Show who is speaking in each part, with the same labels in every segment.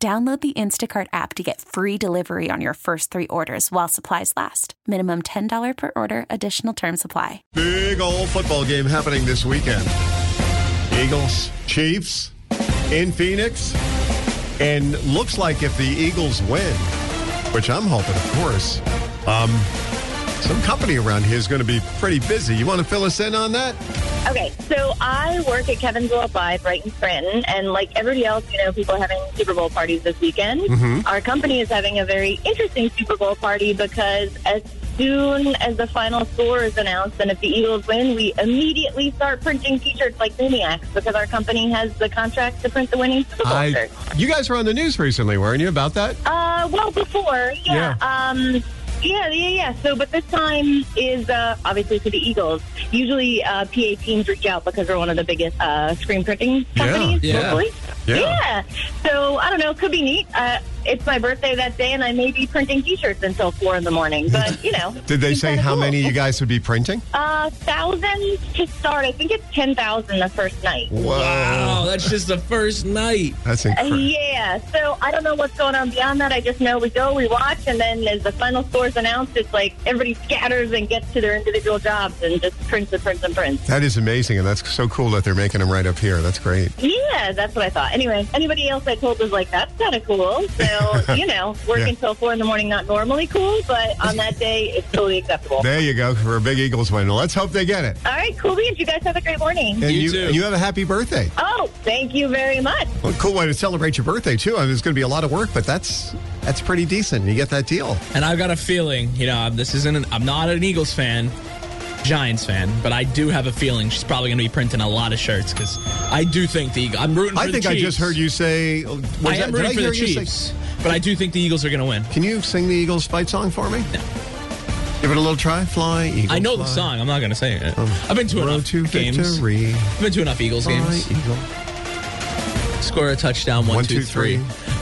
Speaker 1: Download the Instacart app to get free delivery on your first three orders while supplies last. Minimum $10 per order, additional term supply.
Speaker 2: Big old football game happening this weekend. Eagles, Chiefs in Phoenix. And looks like if the Eagles win, which I'm hoping, of course, um, some company around here is going to be pretty busy. You want to fill us in on that?
Speaker 3: Okay, so I work at Kevin's World Live right in Scranton, and like everybody else, you know, people are having Super Bowl parties this weekend. Our company is having a very interesting Super Bowl party because as soon as the final score is announced and if the Eagles win, we immediately start printing T-shirts like maniacs because our company has the contract to print the winning Super Bowl
Speaker 2: I,
Speaker 3: shirts.
Speaker 2: you guys were on the news recently, weren't you, about that?
Speaker 3: Uh, well, before, yeah. Um, yeah, yeah, yeah. So, but this time is uh, obviously for the Eagles. Usually, uh, PA teams reach out because we're one of the biggest uh, screen printing
Speaker 2: Yeah,
Speaker 3: companies
Speaker 4: yeah.
Speaker 3: locally.
Speaker 2: Yeah.
Speaker 3: So, I don't know. Could be neat. Uh, it's my birthday that day, and I may be printing T-shirts until four in the morning. But you know,
Speaker 2: Did they
Speaker 3: it's
Speaker 2: say
Speaker 3: kinda
Speaker 2: how
Speaker 3: cool.
Speaker 2: many you guys would be printing?
Speaker 3: Uh, thousand to start. I think it's ten thousand the first night.
Speaker 2: Wow.
Speaker 4: Wow, that's just the first night.
Speaker 2: That's
Speaker 3: Uh,
Speaker 2: incredible.
Speaker 3: yeah, so I don't know what's going on beyond that. I just know we go, we watch, and then as the final score's announced, it's like everybody scatters and gets to their individual jobs and just prints and prints and prints.
Speaker 2: That is amazing, and that's so cool that they're making them right up here. That's great.
Speaker 3: Yeah, that's what I thought. Anyway, anybody else I told was like, that's kind of cool. So, you know, work
Speaker 2: Yeah.
Speaker 3: until 4 in the morning, not normally cool, but on that day, it's totally acceptable.
Speaker 2: There you go for a big Eagles win. Let's hope they get it.
Speaker 3: All right, cool beans. You guys have a great morning.
Speaker 2: And
Speaker 4: You
Speaker 2: you,
Speaker 4: too.
Speaker 2: and you have a happy birthday.
Speaker 3: Oh, thank you very much.
Speaker 2: Well, cool way to celebrate your birthday too. I mean, it's going to be a lot of work, but that's that's pretty decent. You get that deal.
Speaker 4: And I've got a feeling, you know, this isn't. An, I'm not an Eagles fan, Giants fan, but I do have a feeling she's probably going to be printing a lot of shirts because I do think the Eagles. I'm rooting. For
Speaker 2: I
Speaker 4: the
Speaker 2: think I
Speaker 4: Chiefs.
Speaker 2: just heard you say. oh, was
Speaker 4: I
Speaker 2: that-
Speaker 4: am
Speaker 2: did
Speaker 4: rooting for
Speaker 2: hear
Speaker 4: the
Speaker 2: you say- Oh,
Speaker 4: Chiefs, but I do think the Eagles are going to win.
Speaker 2: Can you sing the Eagles fight song for me? Give it a little try. Fly, Eagles.
Speaker 4: I know the
Speaker 2: fly.
Speaker 4: song. I'm not going to sing it. I've been to
Speaker 2: Um, Road
Speaker 4: enough
Speaker 2: to
Speaker 4: games.
Speaker 2: victory.
Speaker 4: I've been to enough Eagles
Speaker 2: Fly,
Speaker 4: games.
Speaker 2: Eagle.
Speaker 4: Score a touchdown. One,
Speaker 2: One,
Speaker 4: two,
Speaker 2: two,
Speaker 4: three.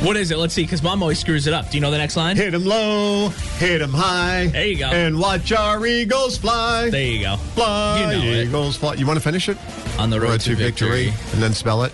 Speaker 4: What is it? Let's see, because mom always screws it up. Do you know the next line?
Speaker 2: Hit 'em low, hit 'em high.
Speaker 4: There you go.
Speaker 2: And watch our Eagles fly.
Speaker 4: There you go.
Speaker 2: fly,
Speaker 4: you know it.
Speaker 2: Eagles fly. You want to finish it?
Speaker 4: On the road,
Speaker 2: Road
Speaker 4: to, victory.
Speaker 2: And then spell it.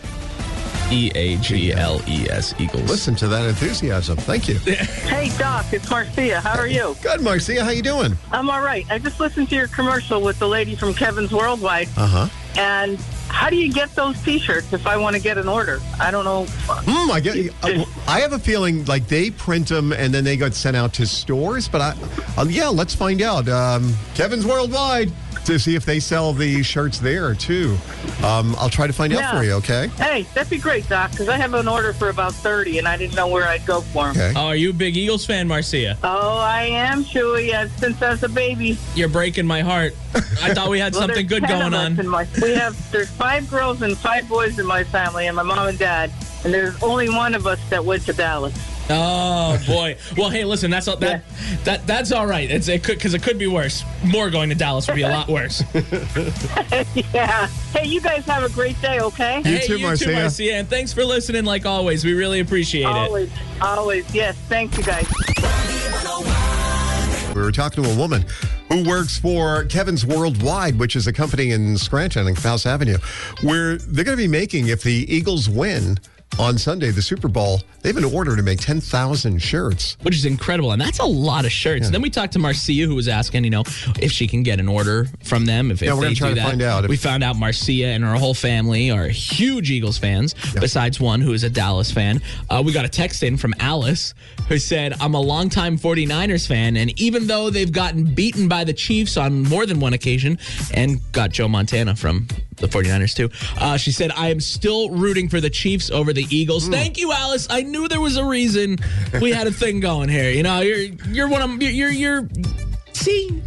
Speaker 4: E A G L E S Eagles.
Speaker 2: Listen to that enthusiasm. Thank you.
Speaker 5: Hey, Doc, it's Marcia. How are you?
Speaker 2: Good, Marcia. How you doing?
Speaker 5: I'm all right. I just listened to your commercial with the lady from Kevin's Worldwide.
Speaker 2: Uh-huh.
Speaker 5: And how do you get those T-shirts if I want to get an order? I don't know.
Speaker 2: Hmm, I get. I- I have a feeling like they print them and then they got sent out to stores. But I, uh, yeah, let's find out. Um, Kevin's Worldwide to see if they sell the shirts there too. Um, I'll try to find out
Speaker 5: Yeah.
Speaker 2: for you. Okay.
Speaker 5: Hey, that'd be great, Doc, because I have an order for about 30, and I didn't know where I'd go for 'em.
Speaker 2: Okay.
Speaker 4: Oh, are you a big Eagles fan, Marcia?
Speaker 5: Oh, I am, Chewy, uh, since I was a baby.
Speaker 4: You're breaking my heart. I thought we had
Speaker 5: Well,
Speaker 4: something
Speaker 5: there's
Speaker 4: good
Speaker 5: 10 of
Speaker 4: going
Speaker 5: us in
Speaker 4: on.
Speaker 5: my- we have there's five girls and five boys in my family, and my mom and dad. And there's only one of us that went to Dallas.
Speaker 4: Oh boy. Well, hey, listen, that's all, that that that's all right. It's it could because it could be worse. More going to Dallas would be a lot worse.
Speaker 5: yeah. Hey, you guys have a great day, okay?
Speaker 2: You
Speaker 4: hey,
Speaker 2: too,
Speaker 4: you
Speaker 2: Marcia.
Speaker 4: too, Marcia, and thanks for listening. Like always, we really appreciate it.
Speaker 5: Always, always. Yes, thank you guys.
Speaker 2: We were talking to a woman who works for Kevin's Worldwide, which is a company in Scranton and House Avenue, where they're going to be making, if the Eagles win on Sunday, the Super Bowl, they have an order to make 10,000 shirts.
Speaker 4: which is incredible. And that's a lot of shirts. Then we talked to Marcia, who was asking, you know, if she can get an order from them. If,
Speaker 2: Yeah,
Speaker 4: if
Speaker 2: we're
Speaker 4: they
Speaker 2: gonna try
Speaker 4: do
Speaker 2: to
Speaker 4: that.
Speaker 2: find out if-
Speaker 4: We found out Marcia and her whole family are huge Eagles fans, besides one who is a Dallas fan. Uh, we got a text in from Alice who said, I'm a longtime 49ers fan. And even though they've gotten beaten by the Chiefs on more than one occasion and got Joe Montana from the 49ers too, uh, she said, I am still rooting for the Chiefs over the Eagles. Thank you, Alice. I knew there was a reason we had a thing going here. You know, you're you're one of you're you're, you're see.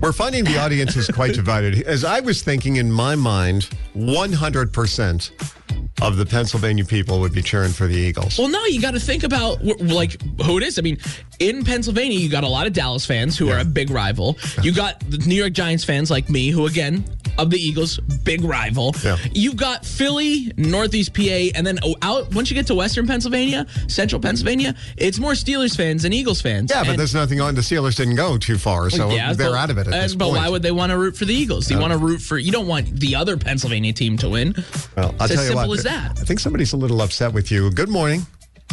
Speaker 2: We're finding the audience is quite divided. As I was thinking in my mind, 100% of the Pennsylvania people would be cheering for the Eagles.
Speaker 4: Well, no, you got to think about wh- like who it is. I mean, in Pennsylvania, you got a lot of Dallas fans who are a big rival. You got the New York Giants fans like me, who again of the Eagles, big rival.
Speaker 2: Yeah.
Speaker 4: You got Philly, Northeast PA, and then o- out once you get to Western Pennsylvania, Central Pennsylvania, it's more Steelers fans than Eagles fans.
Speaker 2: Yeah, but
Speaker 4: And-
Speaker 2: there's nothing on. The Steelers didn't go too far, so
Speaker 4: Yeah,
Speaker 2: they're
Speaker 4: but-
Speaker 2: out of it at
Speaker 4: and-
Speaker 2: this
Speaker 4: but
Speaker 2: point.
Speaker 4: why would they want to root for the Eagles? They want to root for. You don't want the other Pennsylvania team to win.
Speaker 2: well, I'll
Speaker 4: it's as
Speaker 2: tell you
Speaker 4: simple
Speaker 2: what,
Speaker 4: as that.
Speaker 2: I think somebody's a little upset with you. Good morning.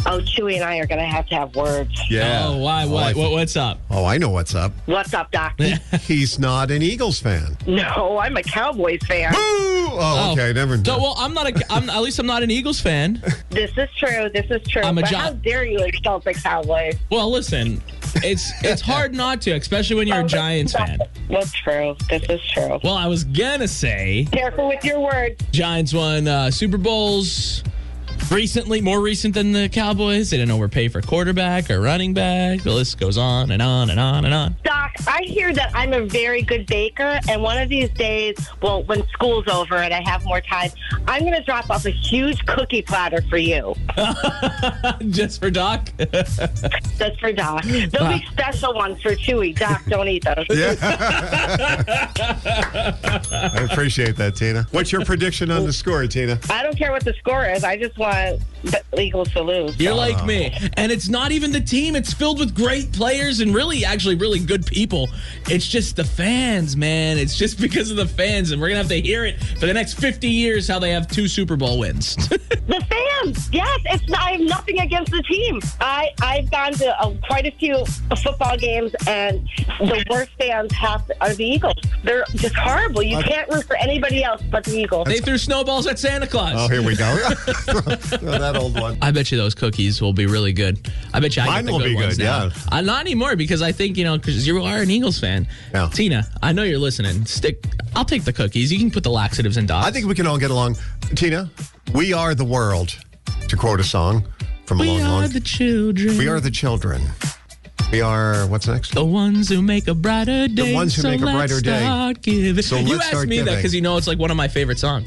Speaker 3: Oh, Chewy and I are going to have to have words.
Speaker 4: Oh, why?
Speaker 2: I
Speaker 4: Why?
Speaker 2: think-
Speaker 4: What, what's up?
Speaker 2: Oh, I know what's up.
Speaker 3: What's up, Doc?
Speaker 2: He's not an Eagles fan. Boo!
Speaker 3: no, I'm a Cowboys fan.
Speaker 2: Oh,
Speaker 4: Oh.
Speaker 2: okay. Never.
Speaker 4: No, well, I'm not a. I'm at least I'm not an Eagles fan.
Speaker 3: This is true. This is true.
Speaker 4: I'm a
Speaker 3: but
Speaker 4: Gi-
Speaker 3: how dare you insult the Cowboys?
Speaker 4: Well, listen, it's it's hard not to, especially when you're a Giants fan.
Speaker 3: Well, true. This is true.
Speaker 4: Well, I was gonna say
Speaker 3: Careful with your words.
Speaker 4: Giants won uh, Super Bowls recently, more recent than the Cowboys. They didn't overpay for quarterback or running back. The list goes on and on and on and on.
Speaker 3: Doc, I hear that I'm a very good baker, and one of these days, well, when school's over and I have more time, I'm going to drop off a huge cookie platter for you.
Speaker 4: Just for Doc.
Speaker 3: That's for Doc. There'll be special ones for Chewy. Doc, don't eat those.
Speaker 2: I appreciate that, Tina. What's your prediction on the score, Tina?
Speaker 3: I don't care what the score is. I just want the Eagles to lose.
Speaker 4: You're like me. And it's not even the team. It's filled with great players and really, actually, really good people. It's just the fans, man. It's just because of the fans. And we're going to have to hear it for the next 50 years how they have two Super Bowl wins.
Speaker 3: The fans, yes. It's not, I have nothing against the team. I I've gone to uh, quite a few football games, and the worst fans have are the Eagles. They're just horrible. You can't root for anybody else but the Eagles.
Speaker 4: they threw snowballs at Santa Claus.
Speaker 2: Oh, here we go. Throw that old one.
Speaker 4: I bet you those cookies will be really good. I bet you I
Speaker 2: Mine
Speaker 4: get the
Speaker 2: will
Speaker 4: good
Speaker 2: be
Speaker 4: ones
Speaker 2: good,
Speaker 4: now.
Speaker 2: yeah.
Speaker 4: Uh, not anymore because I think you know because you are an Eagles fan.
Speaker 2: Yeah.
Speaker 4: Tina, I know you're listening. Stick. I'll take the cookies. You can put the laxatives in. Dots.
Speaker 2: I think we can all get along. Tina, we are the world, to quote a song from a
Speaker 4: we
Speaker 2: long,
Speaker 4: are
Speaker 2: long.
Speaker 4: the children.
Speaker 2: we are the children. We are. What's next?
Speaker 4: The ones who make a brighter day.
Speaker 2: ones who
Speaker 4: so
Speaker 2: make a
Speaker 4: let's
Speaker 2: brighter day.
Speaker 4: Start giving.
Speaker 2: So
Speaker 4: you
Speaker 2: let's
Speaker 4: asked
Speaker 2: start
Speaker 4: me that
Speaker 2: giving.
Speaker 4: because you know it's like one of my favorite songs.